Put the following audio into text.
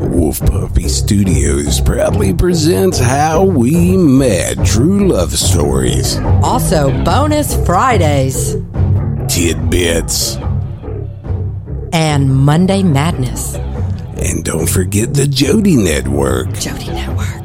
Wolf Puppy Studios proudly presents How We Met True Love Stories, Also, bonus Fridays Tidbits, and Monday Madness. and don't forget the Jody Network. Jody Network.